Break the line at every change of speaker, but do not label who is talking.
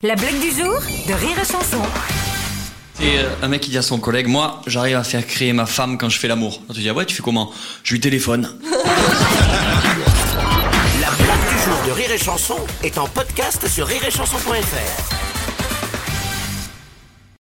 La blague du jour de Rire et Chanson.
C'est euh, un mec qui dit à son collègue, moi j'arrive à faire créer ma femme quand je fais l'amour. Quand tu dis, ah ouais, tu fais comment Je lui téléphone.
La blague du jour de Rire et Chanson est en podcast sur rireetchanson.fr.